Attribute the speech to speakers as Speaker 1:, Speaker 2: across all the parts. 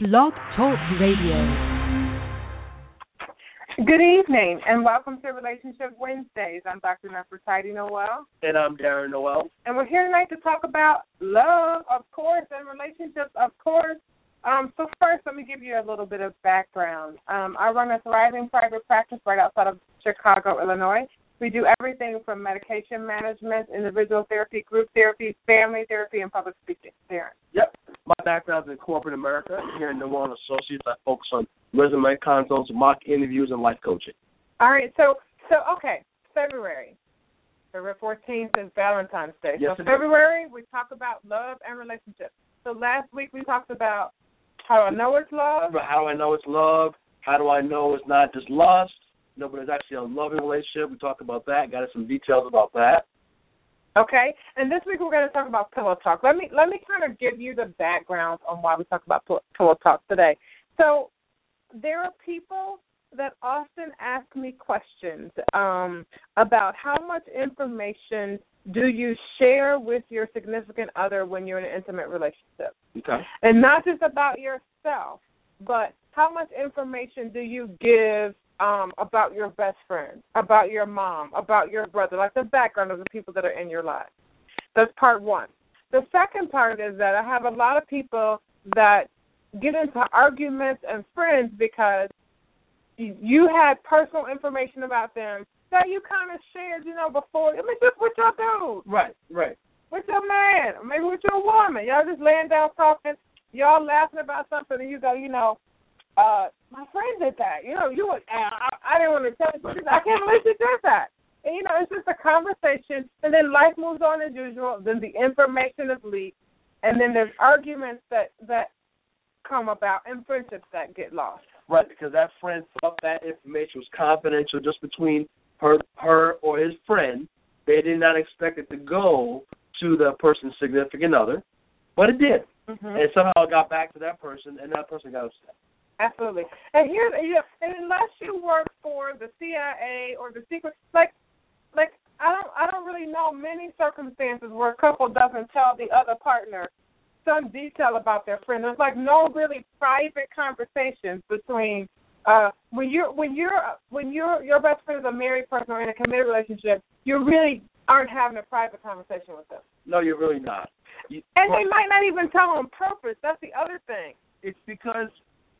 Speaker 1: Blog Talk Radio.
Speaker 2: Good evening and welcome to Relationship Wednesdays. I'm Dr. Nefertiti Noel,
Speaker 3: And I'm Darren Noel.
Speaker 2: and we're here tonight to talk about love, of course, and relationships, of course. Um, so first, let me give you a little bit of background. Um, I run a thriving private practice right outside of Chicago, Illinois. We do everything from medication management, individual therapy, group therapy, family therapy, and public speaking. Darren.
Speaker 3: Yep. My background's in corporate America. Here in Noel and Associates, I focus on resume consults, mock interviews, and life coaching.
Speaker 2: All right, so so okay, February. February fourteenth is Valentine's Day.
Speaker 3: Yes,
Speaker 2: so
Speaker 3: it is.
Speaker 2: February we talk about love and relationships. So last week we talked about how I know it's love.
Speaker 3: But how do I know it's love? How do I know it's not just lust? No, but it's actually a loving relationship. We talked about that. Got us some details about that.
Speaker 2: Okay. And this week we're gonna talk about pillow talk. Let me let me kind of give you the background on why we talk about pill- pillow talk today. So there are people that often ask me questions um, about how much information do you share with your significant other when you're in an intimate relationship?
Speaker 3: Okay.
Speaker 2: and not just about yourself, but how much information do you give um, about your best friend, about your mom, about your brother, like the background of the people that are in your life. That's part one. The second part is that I have a lot of people that get into arguments and friends because y- you had personal information about them that you kind of shared, you know, before. I mean, just with your dude
Speaker 3: Right, right.
Speaker 2: with your man, or maybe with your woman. Y'all just laying down talking, y'all laughing about something, and you go, you know, uh, my friend did that. You know, you was, I, I didn't want to tell you, but I can't believe you did that. And you know, it's just a conversation, and then life moves on as usual. Then the information is leaked, and then there's arguments that that come about, and friendships that get lost.
Speaker 3: Right, because that friend thought that information was confidential just between her her or his friend. They did not expect it to go to the person's significant other. But it did.
Speaker 2: Mm-hmm.
Speaker 3: and somehow it got back to that person, and that person got upset.
Speaker 2: Absolutely. And here's you know, and unless you work for the CIA or the secret like like I don't I don't really know many circumstances where a couple doesn't tell the other partner some detail about their friend. There's like no really private conversations between uh when you're when you're when you're your best friend is a married person or in a committed relationship, you really aren't having a private conversation with them.
Speaker 3: No, you're really not. You,
Speaker 2: And
Speaker 3: well,
Speaker 2: they might not even tell on purpose. That's the other thing.
Speaker 3: it's because,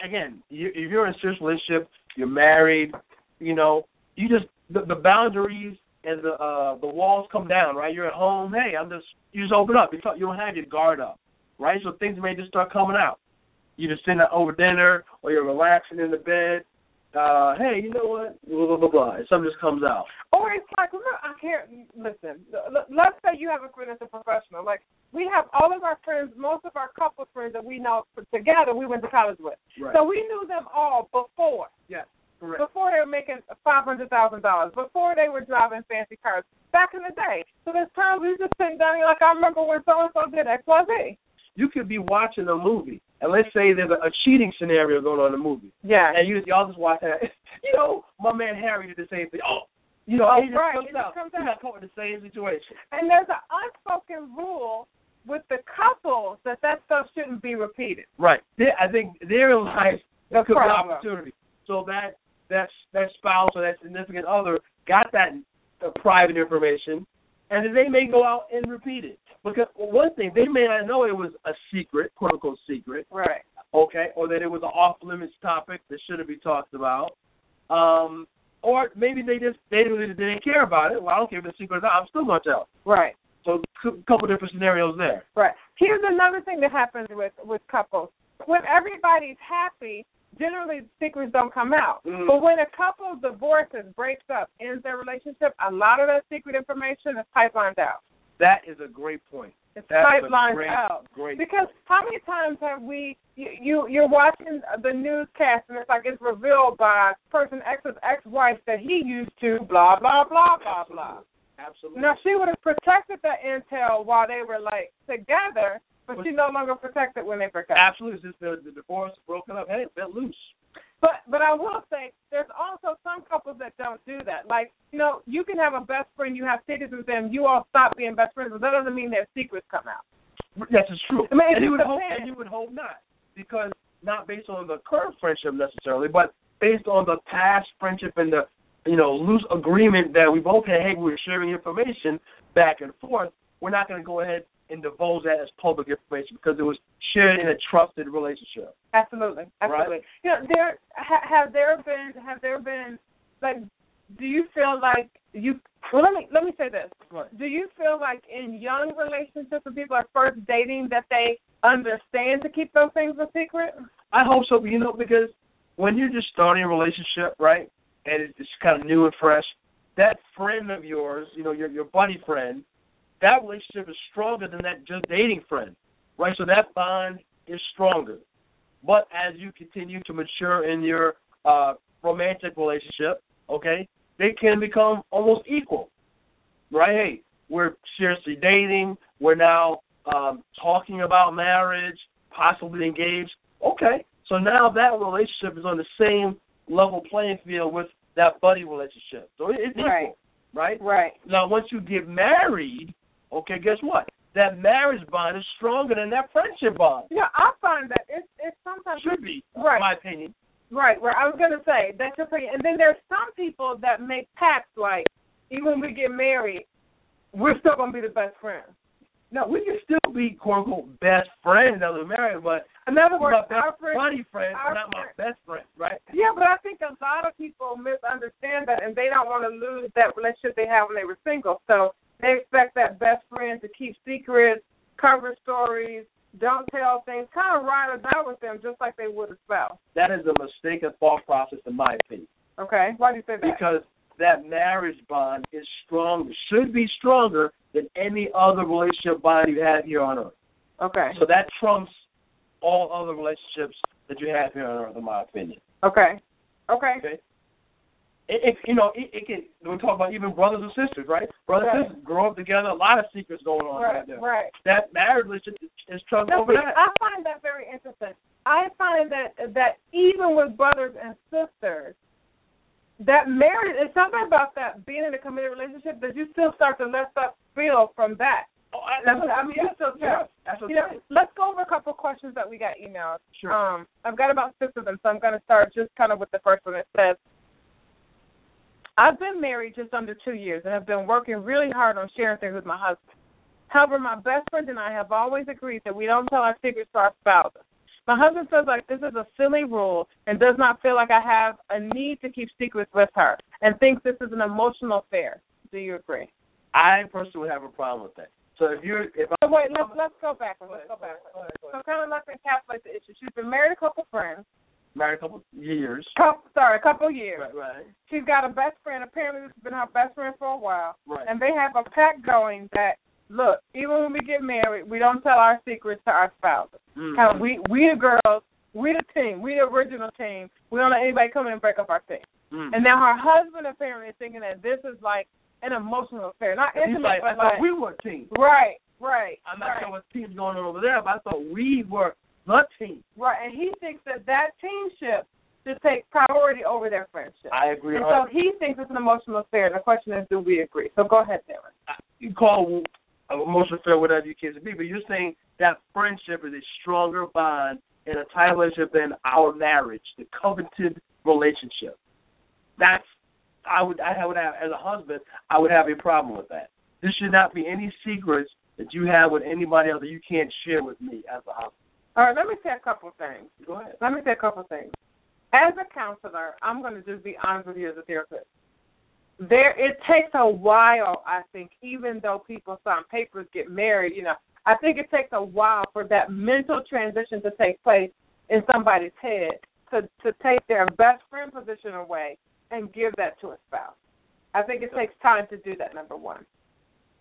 Speaker 3: again, you, if you're in a serious relationship, you're married, you know, you just the, the boundaries and the uh the walls come down, right? You're at home. Hey, I'm just you just open up. You talk, you don't have your guard up, right? So things may just start coming out. You're just sitting out over dinner, or you're relaxing in the bed. Uh, hey, you know what? Blah blah blah. blah. And something just comes out.
Speaker 2: Or it's like, remember, I can't listen. l- Let's say you have a friend that's a professional. Like we have all of our friends, most of our couple friends that we know together, we went to college with.
Speaker 3: Right.
Speaker 2: So we knew them all before,
Speaker 3: Correct.
Speaker 2: before they were making five hundred thousand dollars, before they were driving fancy cars. Back in the day, so there's times we just sitting down, you're like I remember when so and so did X Y Z.
Speaker 3: you could be watching a movie, and let's say there's a, a cheating scenario going on in the movie,
Speaker 2: Yeah.
Speaker 3: and you y'all just watch that. You know, my man Harry did the same thing. Oh, you know,
Speaker 2: Oh,
Speaker 3: it just
Speaker 2: right,
Speaker 3: comes
Speaker 2: it just
Speaker 3: out.
Speaker 2: comes
Speaker 3: You
Speaker 2: out.
Speaker 3: got caught in the same situation.
Speaker 2: And there's an unspoken rule with the couples that that stuff shouldn't be repeated.
Speaker 3: Right. There, I think therein lies
Speaker 2: The
Speaker 3: could be
Speaker 2: problem.
Speaker 3: opportunity. So that that that spouse or that significant other got that uh, private information, and then they may go out and repeat it. Because well, one thing they may not know it was a secret, quote unquote secret,
Speaker 2: Right.
Speaker 3: okay, or that it was an off limits topic that shouldn't be talked about. Um, or maybe they just they didn't, they didn't care about it. Well, I don't care if it's secret or not. I'm still gonna tell.
Speaker 2: Right.
Speaker 3: So a couple different scenarios there.
Speaker 2: Right. Here's another thing that happens with with couples. When everybody's happy, generally secrets don't come out.
Speaker 3: Mm.
Speaker 2: But when a couple divorces, breaks up, ends their relationship, a lot of that secret information is pipelined out.
Speaker 3: That is a great point.
Speaker 2: It's
Speaker 3: That's a
Speaker 2: pipelined
Speaker 3: great-
Speaker 2: out.
Speaker 3: Great.
Speaker 2: Because how many times have we you, you you're watching the newscast and it's like it's revealed by person X's ex-wife that he used to blah blah blah blah blah.
Speaker 3: Absolutely.
Speaker 2: Now she would have protected that intel while they were like together, but she no longer protects it when they break up.
Speaker 3: Absolutely. Since the, the divorce broken up, hey, let loose.
Speaker 2: But but I will say there's also some couples that don't do that. Like, you know, you can have a best friend, you have secrets with them, you all stop being best friends, but that doesn't mean their secrets come out.
Speaker 3: That's is true.
Speaker 2: I mean, it
Speaker 3: and you would
Speaker 2: just
Speaker 3: hope,
Speaker 2: depends.
Speaker 3: and you would hope not, because not based on the current friendship necessarily, but based on the past friendship and the you know loose agreement that we both had. Hey, we were sharing information back and forth. We're not going to go ahead and divulge that as public information because it was shared in a trusted relationship.
Speaker 2: Absolutely, absolutely. You know, there ha, have there been have there been like, do you feel like you? Well, let me let me say this.
Speaker 3: Right.
Speaker 2: Do you feel like in young relationships when people are first dating that they understand to keep those things a secret?
Speaker 3: I hope so. You know, because when you're just starting a relationship, right, and it's just kind of new and fresh, that friend of yours, you know, your your buddy friend, that relationship is stronger than that just dating friend, right? So that bond is stronger. But as you continue to mature in your uh romantic relationship, okay, they can become almost equal, right? Hey, we're seriously dating. We're now um talking about marriage, possibly engaged. Okay, so now that relationship is on the same level playing field with that buddy relationship. So it- it's
Speaker 2: Right.
Speaker 3: equal, right?
Speaker 2: Right.
Speaker 3: Now, once you get married, okay, guess what? That marriage bond is stronger than that friendship bond.
Speaker 2: Yeah, I find that it's it's sometimes
Speaker 3: Should be,
Speaker 2: Right.
Speaker 3: in my opinion.
Speaker 2: Right, right. I was gonna say that's your opinion. And then there's some people that make pacts like even when we get married, we're still gonna be the best friends.
Speaker 3: No, we can still be quote unquote best friends that we're married, but
Speaker 2: In other
Speaker 3: we're
Speaker 2: words,
Speaker 3: my
Speaker 2: our
Speaker 3: best
Speaker 2: friends.
Speaker 3: buddy friends,
Speaker 2: our
Speaker 3: but not my
Speaker 2: friend-
Speaker 3: best friend, right?
Speaker 2: Yeah, but I think a lot of people misunderstand that and they don't want to lose that relationship they had when they were single. So they expect that best friend to keep secrets, cover stories, don't tell things, kind of ride or die with them just like they would a spouse.
Speaker 3: That is a mistaken thought process, in my opinion.
Speaker 2: Okay? Why do you say that?
Speaker 3: because that marriage bond is strong, should be stronger than any other relationship bond you have here on earth.
Speaker 2: okay.
Speaker 3: So that trumps all other relationships that you have here on earth, in my opinion.
Speaker 2: Okay. Okay.
Speaker 3: Okay, it, it you know it, it can we talk about even brothers and sisters, right? Brothers
Speaker 2: Right.
Speaker 3: and sisters grow up together, a lot of secrets going on
Speaker 2: Right.
Speaker 3: right there.
Speaker 2: Right.
Speaker 3: That marriage relationship is- is trumps
Speaker 2: No,
Speaker 3: over
Speaker 2: see,
Speaker 3: that.
Speaker 2: I find that very interesting. I find that that even with brothers and sisters, that marriage it's something about that being in a committed relationship that you still start to let stuff feel from that.
Speaker 3: Oh, I,
Speaker 2: that's what I mean,
Speaker 3: Yes,
Speaker 2: that's okay.
Speaker 3: yes, that's
Speaker 2: You know,
Speaker 3: okay.
Speaker 2: let's go over a couple of questions that we got emailed.
Speaker 3: Sure.
Speaker 2: Um, I've got about six of them, so I'm going to start just kind of with the first one. It says, I've been married just under two years and have been working really hard on sharing things with my husband. However, my best friend and I have always agreed that we don't tell our secrets to our spouses. My husband feels like this is a silly rule and does not feel like I have a need to keep secrets with her and thinks this is an emotional affair. Do you agree?
Speaker 3: I personally would have a problem with that. So if you're if I
Speaker 2: So wait, let's let's go backwards. Let's go backwards. So kind of let's encapsulate the issue. She's been married a couple friends.
Speaker 3: married a couple years,
Speaker 2: Couple, sorry, a couple years.
Speaker 3: right, right,
Speaker 2: She's got a best friend. Apparently, this has been her best friend for a while,
Speaker 3: right.
Speaker 2: and they have a pact going that look, even when we get married, we don't tell our secrets to our spouses.
Speaker 3: Mm.
Speaker 2: Kind of, we we the girls, we the team, we the original team. We don't let anybody come in and break up our team.
Speaker 3: Mm.
Speaker 2: And now her husband apparently is thinking that this is like an emotional affair, not
Speaker 3: And he's
Speaker 2: intimate, but
Speaker 3: like, I thought
Speaker 2: like
Speaker 3: we were a team.
Speaker 2: right, right.
Speaker 3: I'm not
Speaker 2: right.
Speaker 3: sure what team's going on over there, but I thought we were the team.
Speaker 2: Right, and he thinks that that teamship should take priority over their friendship.
Speaker 3: I agree.
Speaker 2: and
Speaker 3: a hundred
Speaker 2: so he thinks it's an emotional affair. And the question is, do we agree? So go ahead, Darren.
Speaker 3: you call uh, a emotional affair whatever you kids be, but you're saying that friendship is a stronger bond in a tight relationship than our marriage, the covenanted relationship. That's I would I would have as a husband I would have a problem with that. There should not be any secrets that you have with anybody else that you can't share with me as a husband.
Speaker 2: All right, let me say a couple things.
Speaker 3: Go ahead.
Speaker 2: Let me say a couple things. As a counselor, I'm going to just be honest with you as a therapist. There, it takes a while, I think, even though people sign papers, get married, you know, I think it takes a while for that mental transition to take place in somebody's head to to take their best friend position away and give that to a spouse. I think it takes time to do that. Number one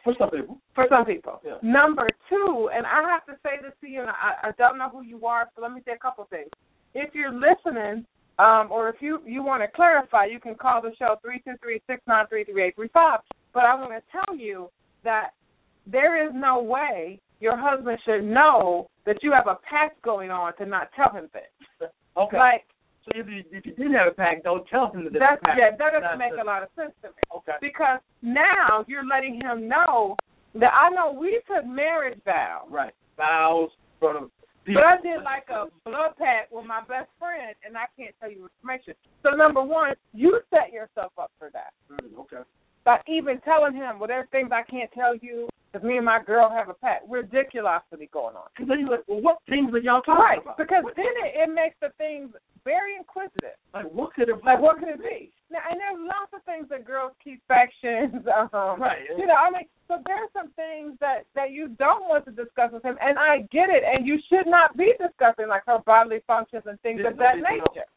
Speaker 3: For some people.
Speaker 2: for some people.
Speaker 3: Yeah.
Speaker 2: Number two, and I have to say this to you, and I, I don't know who you are, so let me say a couple things. If you're listening, um, or if you you want to clarify, you can call the show three two three six nine three three eight three five. But I want to tell you that there is no way your husband should know that you have a pact going on to not tell him things.
Speaker 3: Okay.
Speaker 2: Like
Speaker 3: so if you, if you didn't have a pact, don't tell them that there's
Speaker 2: that's
Speaker 3: a pact.
Speaker 2: yeah, that doesn't
Speaker 3: That's
Speaker 2: make
Speaker 3: it.
Speaker 2: a lot of sense to me
Speaker 3: Okay.
Speaker 2: because now you're letting him know that I know we took marriage vows.
Speaker 3: Right. Vows, front of
Speaker 2: But I did like a blood pack with my best friend, and I can't tell you information. So number one, you set yourself up for that
Speaker 3: Mm, Okay.
Speaker 2: by even telling him, well, there's things I can't tell you because me and my girl have a pact. Ridiculosity going on.
Speaker 3: Because then you're like, well, what things are y'all talking
Speaker 2: Right,
Speaker 3: about?
Speaker 2: because
Speaker 3: What-
Speaker 2: then it, it makes the things very inquisitive.
Speaker 3: like, what could it
Speaker 2: Like, what could it be? Now, and there's lots of things that girls keep factions. Um,
Speaker 3: Right.
Speaker 2: You know, I mean, so there's some things that that you don't want to discuss with him, and I get it, and you should not be discussing like her bodily functions and things
Speaker 3: Yeah,
Speaker 2: of that
Speaker 3: no, no, no.
Speaker 2: nature.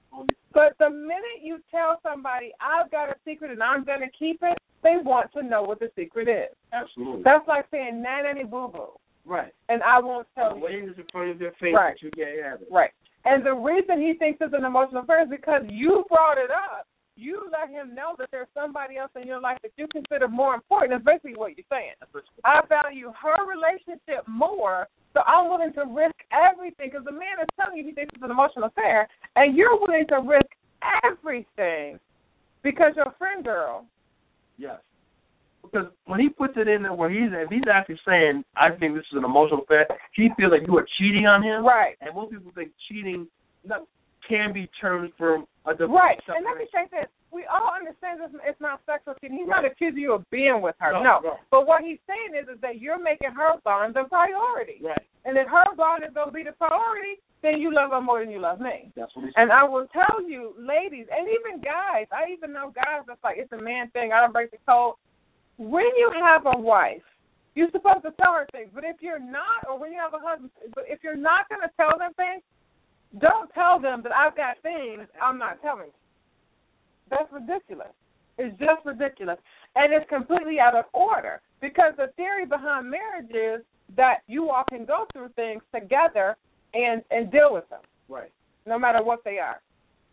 Speaker 2: But the minute you tell somebody I've got a secret and I'm gonna keep it, they want to know what the secret is.
Speaker 3: Absolutely.
Speaker 2: That's like saying nanny boo boo,
Speaker 3: right.
Speaker 2: and I won't tell you.
Speaker 3: Waves in front of their face
Speaker 2: Right.
Speaker 3: that you can't have it.
Speaker 2: Right. And the reason he thinks it's an emotional affair is because you brought it up. You let him know that there's somebody else in your life that you consider more important. That's basically what you're saying. I value her relationship more, so I'm willing to risk everything. Because the man is telling you he thinks it's an emotional affair, and you're willing to risk everything because your friend girl.
Speaker 3: Yes. Because when he puts it in there where he's if he's actually saying, I think this is an emotional affair, he feels like you are cheating on him.
Speaker 2: Right.
Speaker 3: And most people think cheating not, can be turned from a divorce.
Speaker 2: Right. And
Speaker 3: separation.
Speaker 2: let me say this. We all understand this it's not sexual cheating. He's not
Speaker 3: Right.
Speaker 2: accusing you of being with her.
Speaker 3: No,
Speaker 2: no.
Speaker 3: no.
Speaker 2: But what he's saying is is that you're making her bond the priority.
Speaker 3: Right.
Speaker 2: And if her bond is gonna be the priority, then you love her more than you love me.
Speaker 3: That's what he's
Speaker 2: And I will tell you, ladies, and even guys, I even know guys that's like it's a man thing, I don't break the code. When you have a wife, you're supposed to tell her things. But if you're not or when you have a husband but if you're not gonna tell them things, don't tell them that I've got things I'm not telling you. That's ridiculous. It's just ridiculous. And it's completely out of order because the theory behind marriage is that you all can go through things together and and deal with them,
Speaker 3: right.
Speaker 2: no matter what they are.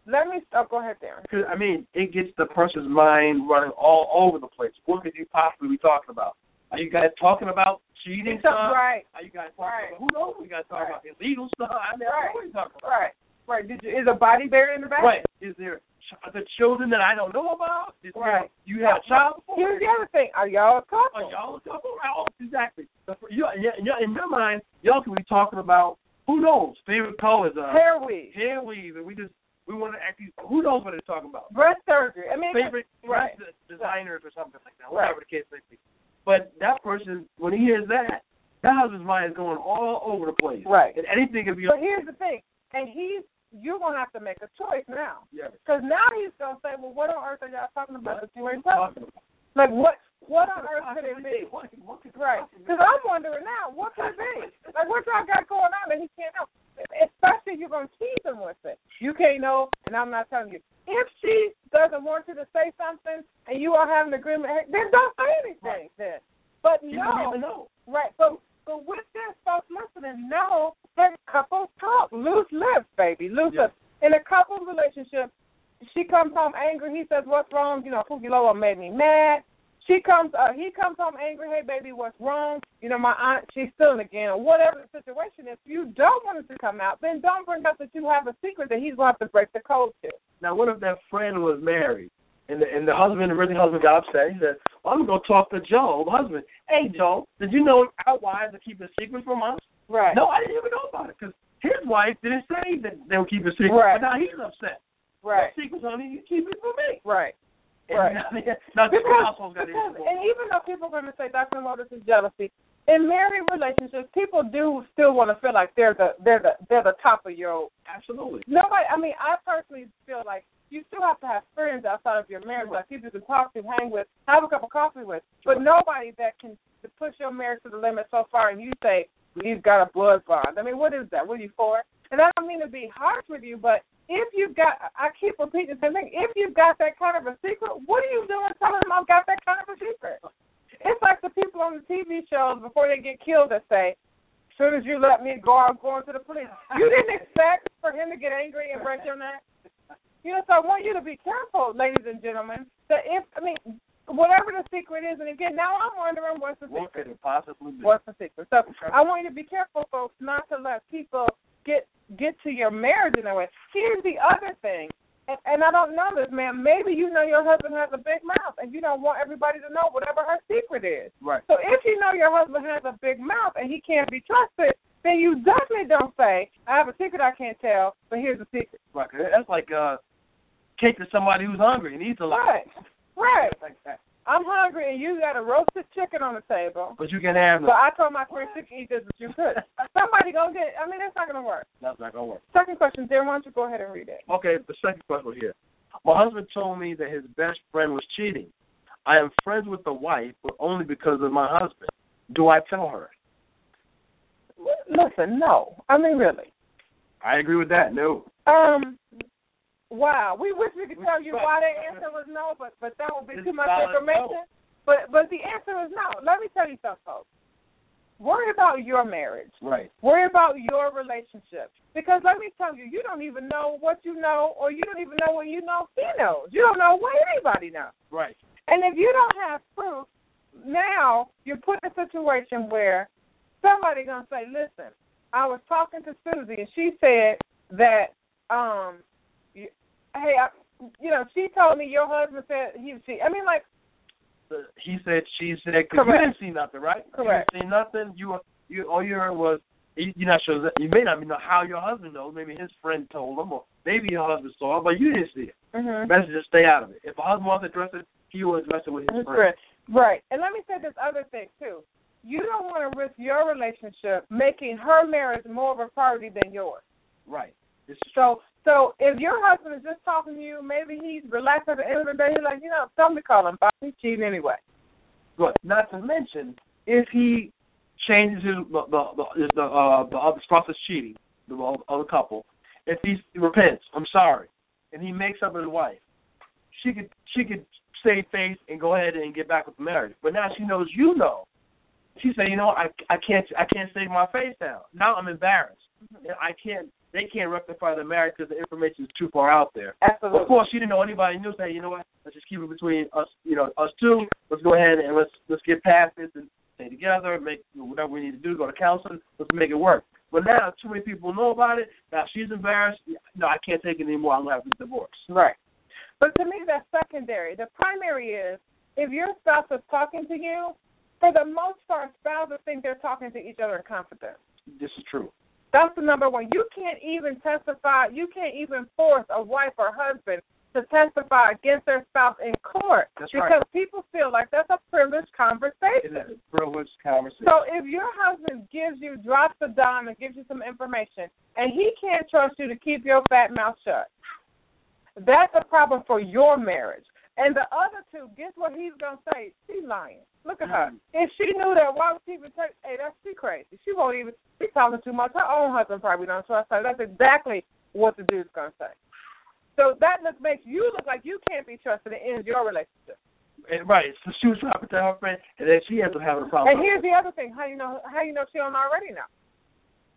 Speaker 2: Let me oh, go ahead, Darren.
Speaker 3: Because I mean, it gets the person's mind running all over the place. What could you possibly be talking about? Are you guys talking about cheating
Speaker 2: So-
Speaker 3: stuff?
Speaker 2: right,
Speaker 3: Are you guys talking
Speaker 2: Right.
Speaker 3: about who knows? what You guys talking
Speaker 2: Right.
Speaker 3: about illegal stuff? I never
Speaker 2: Right.
Speaker 3: know what you talking about.
Speaker 2: right, right. Did you is a body buried in the back?
Speaker 3: Right. Is there ch- are there children that I don't know about? Is there-
Speaker 2: Right.
Speaker 3: You have child support?
Speaker 2: Here's the other thing. Are y'all a
Speaker 3: Are
Speaker 2: couple?
Speaker 3: Oh, y'all talking about? Exactly. That's what- You, you, you- in your mind, y'all could be talking about who knows favorite colors, uh,
Speaker 2: Hair weave,
Speaker 3: hair weave, and we just we want to act. Who knows what they're talking about?
Speaker 2: breast surgery. I mean,
Speaker 3: Favorite
Speaker 2: Right.
Speaker 3: dress de- designers or something like that.
Speaker 2: Right.
Speaker 3: Whatever the case may be. But that person, when he hears that, that husband's mind is going all over the place.
Speaker 2: right.
Speaker 3: And anything could be.
Speaker 2: But here's the thing, and he's you're gonna have to make a choice now.
Speaker 3: yeah.
Speaker 2: Because now he's gonna say, well, what on earth are y'all talking about? That you ain't telling.
Speaker 3: Talking about.
Speaker 2: Like what? What on earth could it be?
Speaker 3: What, what could
Speaker 2: Right? Because I'm wondering now, what could it be? Like what y'all got going on that he can't know? Especially if you're gonna tease him with it. You can't know, and I'm not telling you. If she doesn't want you to say something, and you all have an agreement, hey, then don't say anything. Then, but
Speaker 3: You
Speaker 2: no,
Speaker 3: don't even know.
Speaker 2: Right. So so with this, folks listening, know that couples talk. Loose lips, baby. Loose
Speaker 3: Yeah.
Speaker 2: lips. In a couples relationship, she comes home angry. He says, "What's wrong?" You know, Pookie Lola made me mad. She comes. Uh, he comes home angry. Hey, baby, what's wrong? You know, my aunt, she's stealing again, or whatever the situation is. If you don't want it to come out, then don't bring up that you have a secret that he's going to have to break the code to.
Speaker 3: Now, what if that friend was married and the, and the husband, the original husband, got upset? He said, well, "I'm gonna go talk to Joe, the husband. Hey, Joe, did you know our wives are keeping secrets from us?
Speaker 2: Right.
Speaker 3: No, I didn't even know about it because his wife didn't say that they were keeping secrets.
Speaker 2: Right.
Speaker 3: But now he's upset.
Speaker 2: Right.
Speaker 3: What secrets, honey? You keep it from me.
Speaker 2: Right.
Speaker 3: And
Speaker 2: Right.
Speaker 3: now, they- now the
Speaker 2: because,
Speaker 3: household's got
Speaker 2: because
Speaker 3: to
Speaker 2: and even though people are going to say Dr. Mo, this is jealousy, in married relationships, people do still want to feel like they're the they're the they're the top of your
Speaker 3: Absolutely.
Speaker 2: nobody. I mean, I personally feel like you still have to have friends outside of your marriage, like people to talk to, hang with, have a cup of coffee with, but nobody that can push your marriage to the limit so far, and you say he's got a blood bond. I mean, what is that? What are you for? And I don't mean to be harsh with you, but if you've got, I keep repeating the same thing. If you've got that kind of a secret, what are you doing telling them I've got that kind of a secret? It's like the people on the TV shows before they get killed that say, as soon as you let me go, I'm going to the police. You didn't expect for him to get angry and break your neck. You know, so I want you to be careful, ladies and gentlemen. That if I mean, whatever the secret is, and again, now I'm wondering what's the
Speaker 3: What
Speaker 2: secret.
Speaker 3: could it possibly be?
Speaker 2: What's the secret? So I want you to be careful, folks, not to let people get get to your marriage in that way. Here's the other thing, and, and I don't know this, man. Maybe you know your husband has a big mouth, and you don't want everybody to know whatever her secret is.
Speaker 3: Right.
Speaker 2: So if you know your husband has a big mouth and he can't be trusted, Then you definitely don't say, I have a secret I can't tell, but here's the secret.
Speaker 3: Right. That's like uh, cake to somebody who's hungry and eats a lot.
Speaker 2: Right. Right.
Speaker 3: Like that.
Speaker 2: I'm hungry and you got a roasted chicken on the table.
Speaker 3: But you can have
Speaker 2: But
Speaker 3: none.
Speaker 2: I told my friend she could eat this if you could. Somebody gonna get I mean that's not gonna work.
Speaker 3: That's not gonna work.
Speaker 2: Second question, dear, why don't you go ahead and read it?
Speaker 3: Okay, the second question here. My husband told me that his best friend was cheating. I am friends with the wife, but only because of my husband. Do I tell her?
Speaker 2: Listen, no. I mean really.
Speaker 3: I agree with that. No.
Speaker 2: Um wow. We wish we could tell you why the answer was no, but but that would be
Speaker 3: It's
Speaker 2: too much
Speaker 3: valid, no.
Speaker 2: information. But but the answer is no. Let me tell you something, folks. Worry about your marriage.
Speaker 3: Right.
Speaker 2: Worry about your relationship. Because let me tell you, you don't even know what you know, or you don't even know what you know he knows. You don't know what anybody knows.
Speaker 3: Right.
Speaker 2: And if you don't have proof, now you're put in a situation where somebody gonna say, "Listen, I was talking to Susie, and she said that, um, you, hey, I, you know, she told me your husband said he she. I mean, like,
Speaker 3: The- He said, she said, 'cause you didn't
Speaker 2: Correct.
Speaker 3: see nothing, right?
Speaker 2: Correct.
Speaker 3: You didn't see nothing. You, were- you all you heard was you- you're not sure. that- You may not even know how your husband knows. Maybe his friend told him, or maybe your husband saw it, but you didn't see it.
Speaker 2: mm-hmm.
Speaker 3: Best to just stay out of it. If a husband wants to dress it, he will address it with his friend.
Speaker 2: Right. And let me say this other thing too. You don't want to risk your relationship making her marriage more of a priority than yours.
Speaker 3: Right. This is
Speaker 2: So so if your husband is just talking to you, maybe he's relaxed at the end of the day, he's like, you know, somebody call him, but he's cheating anyway.
Speaker 3: Good. Not to mention, if he changes his the the the, the uh the other spouse is cheating, the o- other couple, if he repents, I'm sorry, and he makes up with his wife, she could she could save face and go ahead and get back with the marriage. But now she knows you know. She said, you know, I I can't I can't save my face now. Now I'm embarrassed, and I can't. They can't rectify the marriage because the information is too far out there.
Speaker 2: Absolutely.
Speaker 3: Of course, she didn't know anybody knew. Say, you know what? Let's just keep it between us. You know, us two. Let's go ahead and let's let's get past this and stay together. Make whatever we need to do. Go to counseling. Let's make it work. But now too many people know about it. Now she's embarrassed. No, I can't take it anymore. I'm gonna have to divorce.
Speaker 2: Right. But to me, that's secondary. The primary is if your spouse is talking to you, for the most part, spouses think they're talking to each other in confidence.
Speaker 3: This is true.
Speaker 2: That's the number one. You can't even testify. You can't even force a wife or husband to testify against their spouse in court
Speaker 3: That's right.
Speaker 2: because people feel like that's a privileged
Speaker 3: It's
Speaker 2: conversation.
Speaker 3: a privileged conversation.
Speaker 2: So if your husband gives you drops a dime and gives you some information, and he can't trust you to keep your fat mouth shut, that's a problem for your marriage. And the other two, guess what he's gonna say? She's lying. Look at her.
Speaker 3: Mhm.
Speaker 2: If she knew that, why would she even take? Hey, that's she crazy. She won't even. She's talking too much. Her own husband probably don't trust her. That's exactly what the dude's gonna say. So that look makes you look like you can't be trusted and ends your relationship.
Speaker 3: and, right. So she was trying to tell her friend, and then she ends up having a problem.
Speaker 2: And here's the other thing: how you know how you know she don't already know?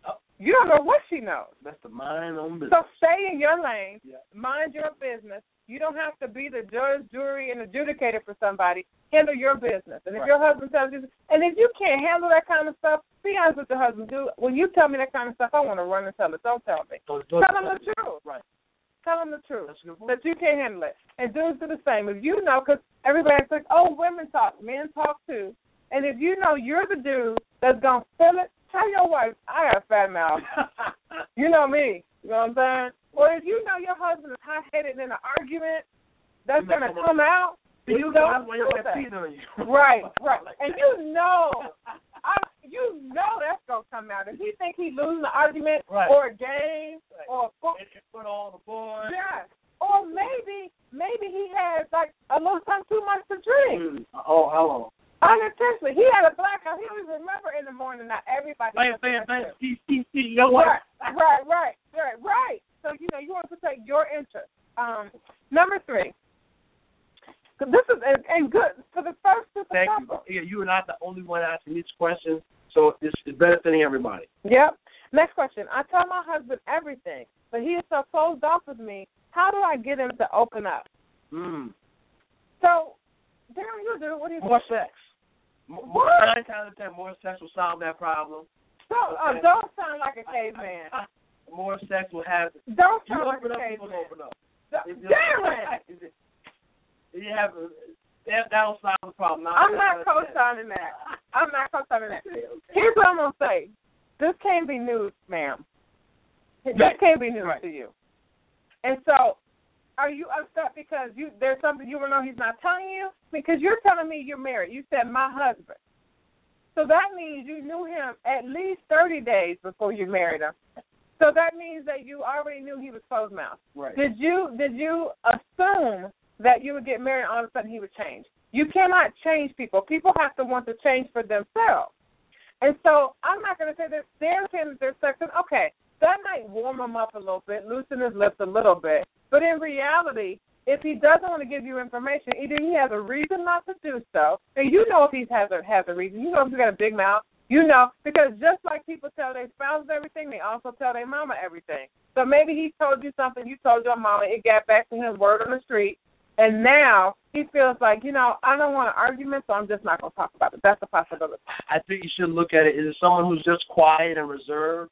Speaker 3: Oh.
Speaker 2: You don't know what she knows.
Speaker 3: that's the mind on business.
Speaker 2: So stay in your lane,
Speaker 3: Yeah.
Speaker 2: mind your business. You don't have to be the judge, jury, and adjudicator for somebody. Handle your business. And if
Speaker 3: Right.
Speaker 2: your husband tells you, and if you can't handle that kind of stuff, be honest with your husband. Do when you tell me that kind of stuff, I want to run and tell it. Don't tell me.
Speaker 3: So, so-
Speaker 2: Tell him the truth.
Speaker 3: Right.
Speaker 2: Tell him the truth
Speaker 3: That's a good point.
Speaker 2: that you can't handle it. And dudes do the same. If you know, because everybody's like, oh, women talk, men talk too. And if you know you're the dude that's going to feel it, tell your wife, I got a fat mouth. You know me. You know what I'm saying? Or if you know your husband is hot headed in an argument that's
Speaker 3: You might
Speaker 2: going to
Speaker 3: come up-
Speaker 2: come out,
Speaker 3: And you
Speaker 2: you
Speaker 3: know
Speaker 2: don't
Speaker 3: why your
Speaker 2: do
Speaker 3: wife
Speaker 2: that.
Speaker 3: cheating on you.
Speaker 2: Right, right. And you know, I, you know that's gonna come out. If he think he losing the argument
Speaker 3: Right.
Speaker 2: or a game
Speaker 3: Right.
Speaker 2: or a football
Speaker 3: And you put all the boys.
Speaker 2: Yes. Or maybe maybe he had like a little something too much to drink.
Speaker 3: Mm. Oh, hello.
Speaker 2: Unintentionally. He had a blackout. He don't even remember in the morning now everybody
Speaker 3: Bam, bam, bam. See, see, see. You know what?
Speaker 2: Right, right, right, right, right. So, you know, you want to protect your interest. Um number three. 'Cause This is and, and good for the first to the
Speaker 3: Thank
Speaker 2: couple.
Speaker 3: you. Yeah, you are not the only one asking these questions, so it's, it's benefiting everybody.
Speaker 2: Yep. Next question. I tell my husband everything, but he is so closed off with me. How do I get him to open up?
Speaker 3: Mm.
Speaker 2: So, Darren, you do. it. What do you
Speaker 3: More sex. M- More, nine times out of ten, more sex will solve that problem.
Speaker 2: Don't uh, don't sound like a caveman.
Speaker 3: More sex will have.
Speaker 2: Don't
Speaker 3: You
Speaker 2: sound like
Speaker 3: open
Speaker 2: a
Speaker 3: up, people
Speaker 2: caveman.
Speaker 3: will open up.
Speaker 2: Don't-
Speaker 3: If you-
Speaker 2: Darren,
Speaker 3: You have that. That'll solve the problem.
Speaker 2: I'm not
Speaker 3: Nine times out of ten.
Speaker 2: co-signing that. I'm not co-signing that. Here's what I'm gonna say. This can't be news, ma'am. This
Speaker 3: Right.
Speaker 2: can't be news
Speaker 3: Right.
Speaker 2: to you. And so, are you upset because you there's something you don't know he's not telling you? Because you're telling me you're married. You said my husband. So that means you knew him at least 30 days before you married him. So that means that you already knew he was closed mouth.
Speaker 3: Right.
Speaker 2: Did you did you assume that you would get married and all of a sudden he would change? You cannot change people. People have to want to change for themselves. And so I'm not gonna say that they're saying that they're sexing. Okay, that might warm him up a little bit, loosen his lips a little bit. But in reality, if he doesn't want to give you information, either he has a reason not to do so, and you know if he has a has a reason. You know if he's got a big mouth. You know, because just like people tell their spouses everything, they also tell their mama everything. So maybe he told you something, you told your mama, it got back to him word on the street, and now he feels like, you know, I don't want an argument, so I'm just not going to talk about it. That's a possibility.
Speaker 3: I think you should look at it. Is it someone who's just quiet and reserved,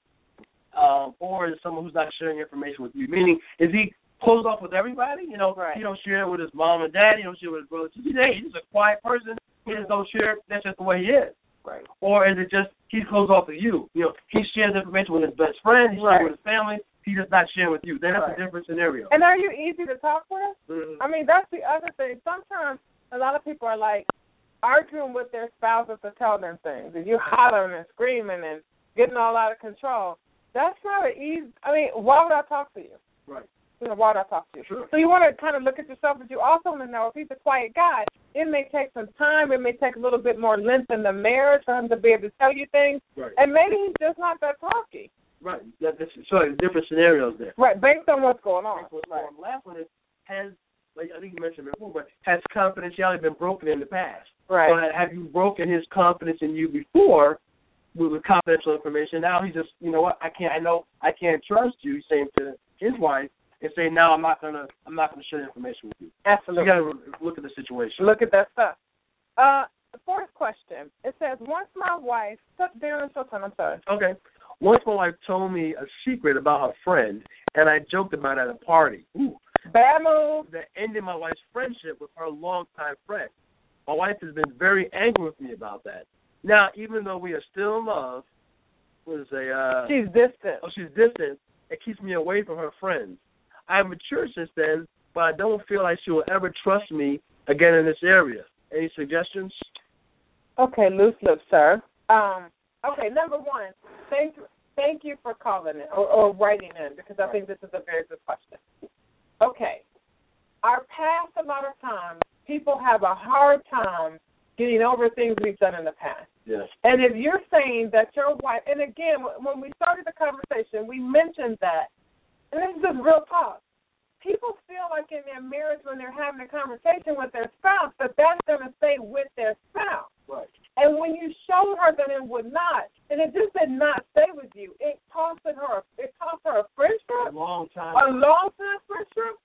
Speaker 3: um, or is it someone who's not sharing information with you? Meaning, is he closed off with everybody? You know,
Speaker 2: Right.
Speaker 3: he don't share with his mom and dad. He don't share with his brother. He's just- hey, he's just a quiet person. He just don't share. That's just the way he is.
Speaker 2: Right.
Speaker 3: Or is it just he's closed off with you? You know, he shares information with his best friend. He shares
Speaker 2: Right.
Speaker 3: with his family. He does not share with you. Then that's
Speaker 2: Right.
Speaker 3: a different scenario.
Speaker 2: And are you easy to talk with?
Speaker 3: Mhm.
Speaker 2: I mean, that's the other thing. Sometimes a lot of people are like arguing with their spouses to tell them things, and you hollering and screaming and getting all out of control. That's not an easy. I mean, why would I talk to you?
Speaker 3: Right.
Speaker 2: You know, why would I talk to you?
Speaker 3: Sure.
Speaker 2: So you want to kind of look at yourself, but you also want to know if he's a quiet guy. It may take some time. It may take a little bit more length in the marriage for him to be able to tell you things,
Speaker 3: Right.
Speaker 2: and maybe he's just not that talky.
Speaker 3: Right. That, that's, so there's different scenarios there.
Speaker 2: Right, based on what's going on.
Speaker 3: What's going on. Last one is has like I think you mentioned before, but has confidentiality been broken in the past?
Speaker 2: Right.
Speaker 3: So have you broken his confidence in you before with, with confidential information? Now he's just you know what I can't I know I can't trust you. He's saying to his wife and saying now I'm not gonna I'm not gonna share information with you.
Speaker 2: Absolutely.
Speaker 3: You gotta re- look at the situation.
Speaker 2: Look at that stuff. Uh, the fourth question. It says, once my wife took Darren Chilton, I'm sorry.
Speaker 3: Okay. Once my wife told me a secret about her friend, and I joked about it at a party. Ooh.
Speaker 2: Bad move.
Speaker 3: that ended my wife's friendship with her longtime friend. My wife has been very angry with me about that. Now, even though we are still in love, what is a uh,
Speaker 2: She's distant.
Speaker 3: oh she's distant, it keeps me away from her friends. I am mature since then, but I don't feel like she will ever trust me again in this area. Any suggestions?
Speaker 2: Okay, loose lips, sir. Um, okay, number one, thank thank you for calling in or, or writing in because I think this is a very good question. Okay, our past a lot of times people have a hard time getting over things we've done in the past.
Speaker 3: Yes.
Speaker 2: And if you're saying that your wife, and again, wh- when we started the conversation, we mentioned that, and this is just real talk. People feel like in their marriage, when they're having a conversation with their spouse, that that's going to stay with their spouse.
Speaker 3: Right.
Speaker 2: And when you showed her that it would not, and it just did not stay with you, it costed her. It cost her a friendship,
Speaker 3: long time.
Speaker 2: a long time friendship.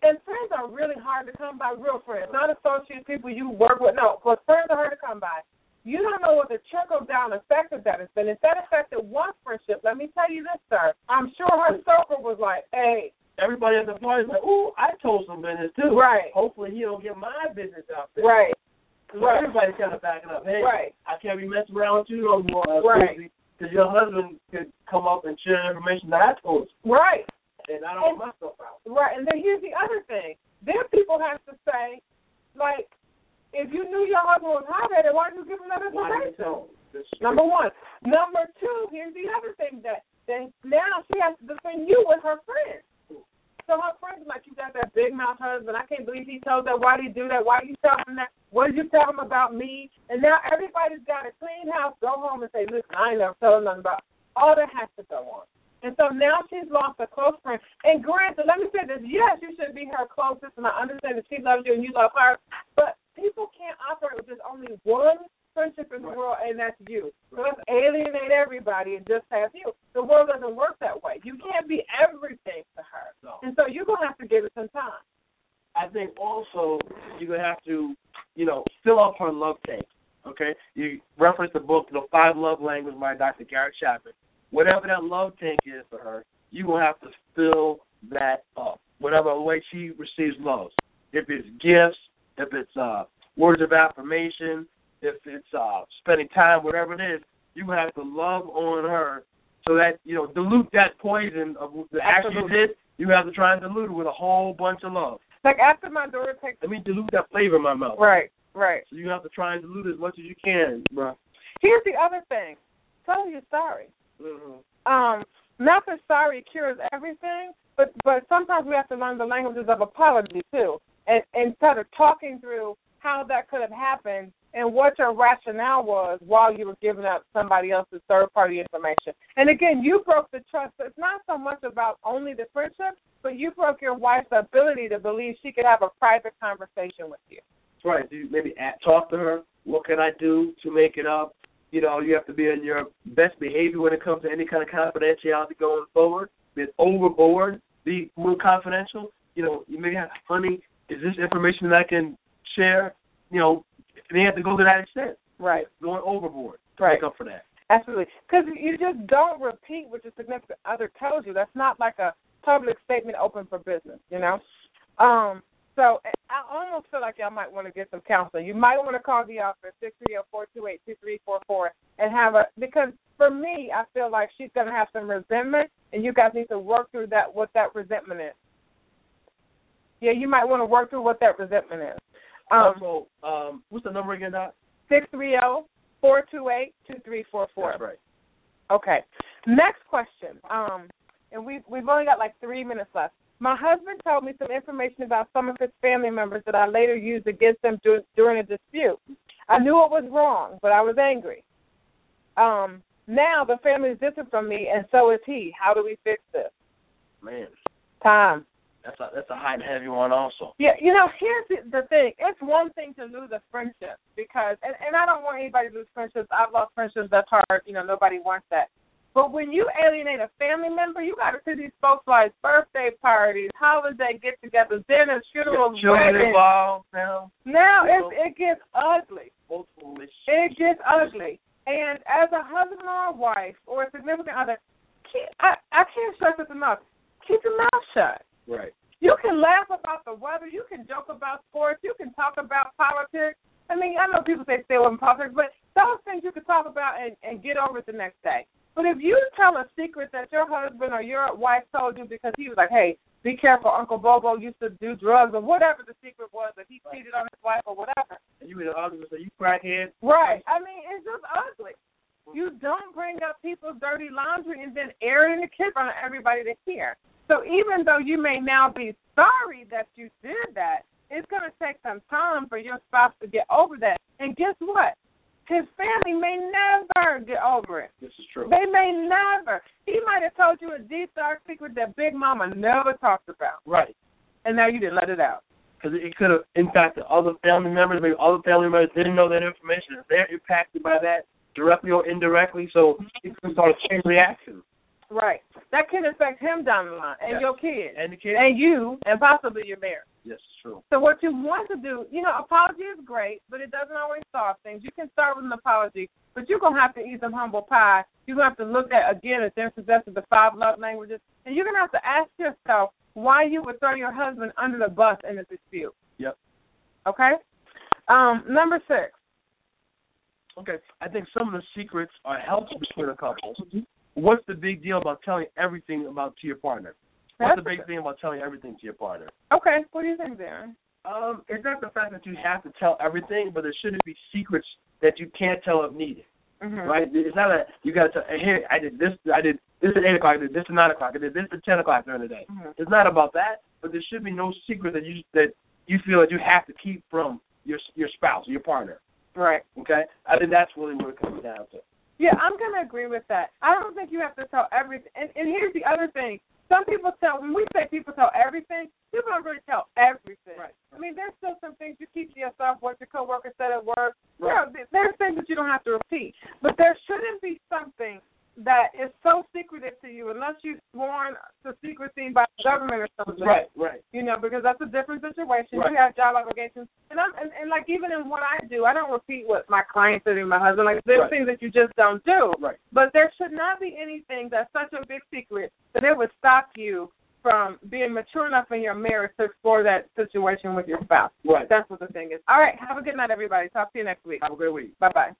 Speaker 2: And friends are really hard to come by, real friends, not associates, people you work with. No, but friends are hard to come by. You don't know what the trickle down effect of that has been. If that affected one friendship, let me tell you this, sir. I'm sure her circle was like, hey,
Speaker 3: Everybody at the party's like, "Ooh, I told some business too."
Speaker 2: right,
Speaker 3: Hopefully, he don't get my business out there.
Speaker 2: right,
Speaker 3: So everybody's kind of backing up. Hey,
Speaker 2: right.
Speaker 3: I can't be messing around with you no more, uh,
Speaker 2: Right.
Speaker 3: Because your husband could come up and share information that I told
Speaker 2: Right.
Speaker 3: you, and I don't want myself out.
Speaker 2: Right, and then here's the other thing. Then people have to say, like, if you knew your husband was hot headed, why did you give him that
Speaker 3: Why did you
Speaker 2: information?
Speaker 3: tell him? This is-
Speaker 2: Number one. Number two, here's the other thing that then now she has to defend you with her friends. So her friends like, you got that big mouth husband. I can't believe he told that. Why do you do that? Why do you tell him that? What did you tell him about me? And now everybody's got a clean house. Go home and say, listen, I ain't never told him nothing about. All that has to go on. And so now she's lost a close friend. And granted, let me say this: yes, you should be her closest, and I understand that she loves you and you love her. But people can't operate with just only one friendship in the
Speaker 3: Right.
Speaker 2: world, and that's you. So let's alienate everybody and just have you. The world doesn't work that way. You can't be everything to her,
Speaker 3: No.
Speaker 2: and so you're gonna have to give it some time.
Speaker 3: I think also you're gonna have to, you know, fill up her love tank. Okay, you reference the book, you know, Five Love Languages by Dr. Garrett Chapman. Whatever that love tank is for her, you will have to fill that up. Whatever way she receives love, if it's gifts, if it's uh, words of affirmation, if it's uh, spending time, whatever it is, You have to love on her so that you know dilute that poison of the action you
Speaker 2: Absolutely.
Speaker 3: did. You have to try and dilute it with a whole bunch of love.
Speaker 2: Like after my daughter takes
Speaker 3: Let me dilute that flavor in my mouth.
Speaker 2: Right, right.
Speaker 3: So you have to try and dilute it as much as you can, bro.
Speaker 2: Here's the other thing. Tell her you're sorry.
Speaker 3: Mm-hmm.
Speaker 2: Um, not that sorry cures everything, but but sometimes we have to learn the languages of apology too. And and sort of talking through how that could have happened and what your rationale was while you were giving up somebody else's third party information. And again, you broke the trust. So It's not so much about only the friendship, but you broke your wife's ability to believe she could have a private conversation with you.
Speaker 3: That's right. You maybe at, talk to her. What can I do to make it up? You know, you have to be in your best behavior when it comes to any kind of confidentiality going forward. Be overboard. Be more confidential. You know, you maybe have funny. Is this information that I can share? You know, they have to go to that extent.
Speaker 2: Right.
Speaker 3: Going overboard. to
Speaker 2: Right.
Speaker 3: Make up for that.
Speaker 2: Absolutely, because you just don't repeat what your significant other tells you. That's not like a public statement open for business, you know. Um, so I almost feel like y'all might want to get some counseling. You might want to call the office six three zero four two eight two three four four and have a because for me, I feel like she's gonna have some resentment, and you guys need to work through that what that resentment is. Yeah, you might want to work through what that resentment is. Um,
Speaker 3: also, um, what's the number again, Doc?
Speaker 2: six three zero four two eight two three four four.
Speaker 3: That's right.
Speaker 2: Okay. Next question. Um, and we've we've only got like three minutes left. My husband told me some information about some of his family members that I later used against them dur- during a dispute. I knew it was wrong, but I was angry. Um, now the family is distant from me, and so is he. How do we fix this?
Speaker 3: Man,
Speaker 2: Time.
Speaker 3: that's a that's a hot and heavy one also.
Speaker 2: Yeah, you know, here's the, the thing. It's one thing to lose a friendship because, and, and I don't want anybody to lose friendships. I've lost friendships. That's hard. You know, nobody wants that. But when you alienate a family member, you got to see these folks like birthday parties, holiday get-togethers, dinners, funerals,
Speaker 3: Children
Speaker 2: weddings.
Speaker 3: involved now.
Speaker 2: Now it's, it gets ugly.
Speaker 3: Multiple relationships.
Speaker 2: It gets ugly. And as a husband or a wife or a significant other, keep, I, I can't stress this enough. Keep your mouth shut.
Speaker 3: Right.
Speaker 2: You can laugh about the weather. You can joke about sports. You can talk about politics. I mean, I know people say stay away from politics, but those things you can talk about and, and get over it the next day. But if you tell a secret that your husband or your wife told you because he was like, hey, be careful, Uncle Bobo used to do drugs or whatever the secret was that he cheated on his wife or whatever.
Speaker 3: And you in the audience and say, you crackhead,
Speaker 2: Right. I mean, it's just ugly. You don't bring up people's dirty laundry and then air it in the kitchen for everybody to hear. So even though you may now be sorry that you did that, it's going to take some time for your spouse to get over that. And guess what? His family may never get over it.
Speaker 3: This is true.
Speaker 2: They may never. He might have told you a deep dark secret that Big Mama never talked about,
Speaker 3: Right.
Speaker 2: and now you didn't let it out.
Speaker 3: Because it could have impacted other family members. Maybe other family members didn't know that information. If they're impacted by that directly or indirectly, so it could start a chain reaction.
Speaker 2: Right. That can affect him down the line and
Speaker 3: Yes.
Speaker 2: your kids.
Speaker 3: And the kid?
Speaker 2: and you and possibly your marriage.
Speaker 3: Yes, it's true.
Speaker 2: So what you want to do, you know, apology is great, but it doesn't always solve things. You can start with an apology, but you're gonna have to eat some humble pie. You're gonna have to look at again as Jim suggested the five love languages, and you're gonna have to ask yourself why you would throw your husband under the bus in a dispute.
Speaker 3: Yep.
Speaker 2: Okay. Um, number six.
Speaker 3: Okay. I think some of the secrets are helpful between a couple. What's the big deal about telling everything about to your partner? What's the big thing about telling everything to your partner?
Speaker 2: Okay. What do you think, Darren?
Speaker 3: Um, it's not the fact that you have to tell everything, but there shouldn't be secrets that you can't tell if needed.
Speaker 2: Mm-hmm.
Speaker 3: right? It's not a you got to tell here I did this I did this at eight o'clock, I did this at nine o'clock, I did this at ten o'clock during the day.
Speaker 2: Mhm.
Speaker 3: It's not about that, but there should be no secret that you that you feel that you have to keep from your your spouse, your partner.
Speaker 2: Right.
Speaker 3: Okay, I think that's really what it comes down to.
Speaker 2: Yeah, I'm gonna agree with that. I don't think you have to tell everything. And, and here's the other thing: some people tell. When we say people tell everything, people don't really tell everything.
Speaker 3: Right.
Speaker 2: I mean, there's still some things you keep to yourself. What your coworker said at work. You know, th- there's things that you don't have to repeat. But there shouldn't be something that is so secretive to you, unless you've sworn to secrecy by the government or something
Speaker 3: Right, right,
Speaker 2: you know, because that's a different situation.
Speaker 3: Right.
Speaker 2: You have job obligations, and I'm and, and like even in what I do, I don't repeat what my clients do to my husband. Like there's
Speaker 3: Right.
Speaker 2: things that you just don't do.
Speaker 3: right.
Speaker 2: But there should not be anything that's such a big secret that it would stop you from being mature enough in your marriage to explore that situation with your spouse.
Speaker 3: Right.
Speaker 2: That's what the thing is. All right, have a good night, everybody. Talk to you next week.
Speaker 3: Have a great week.
Speaker 2: Bye bye.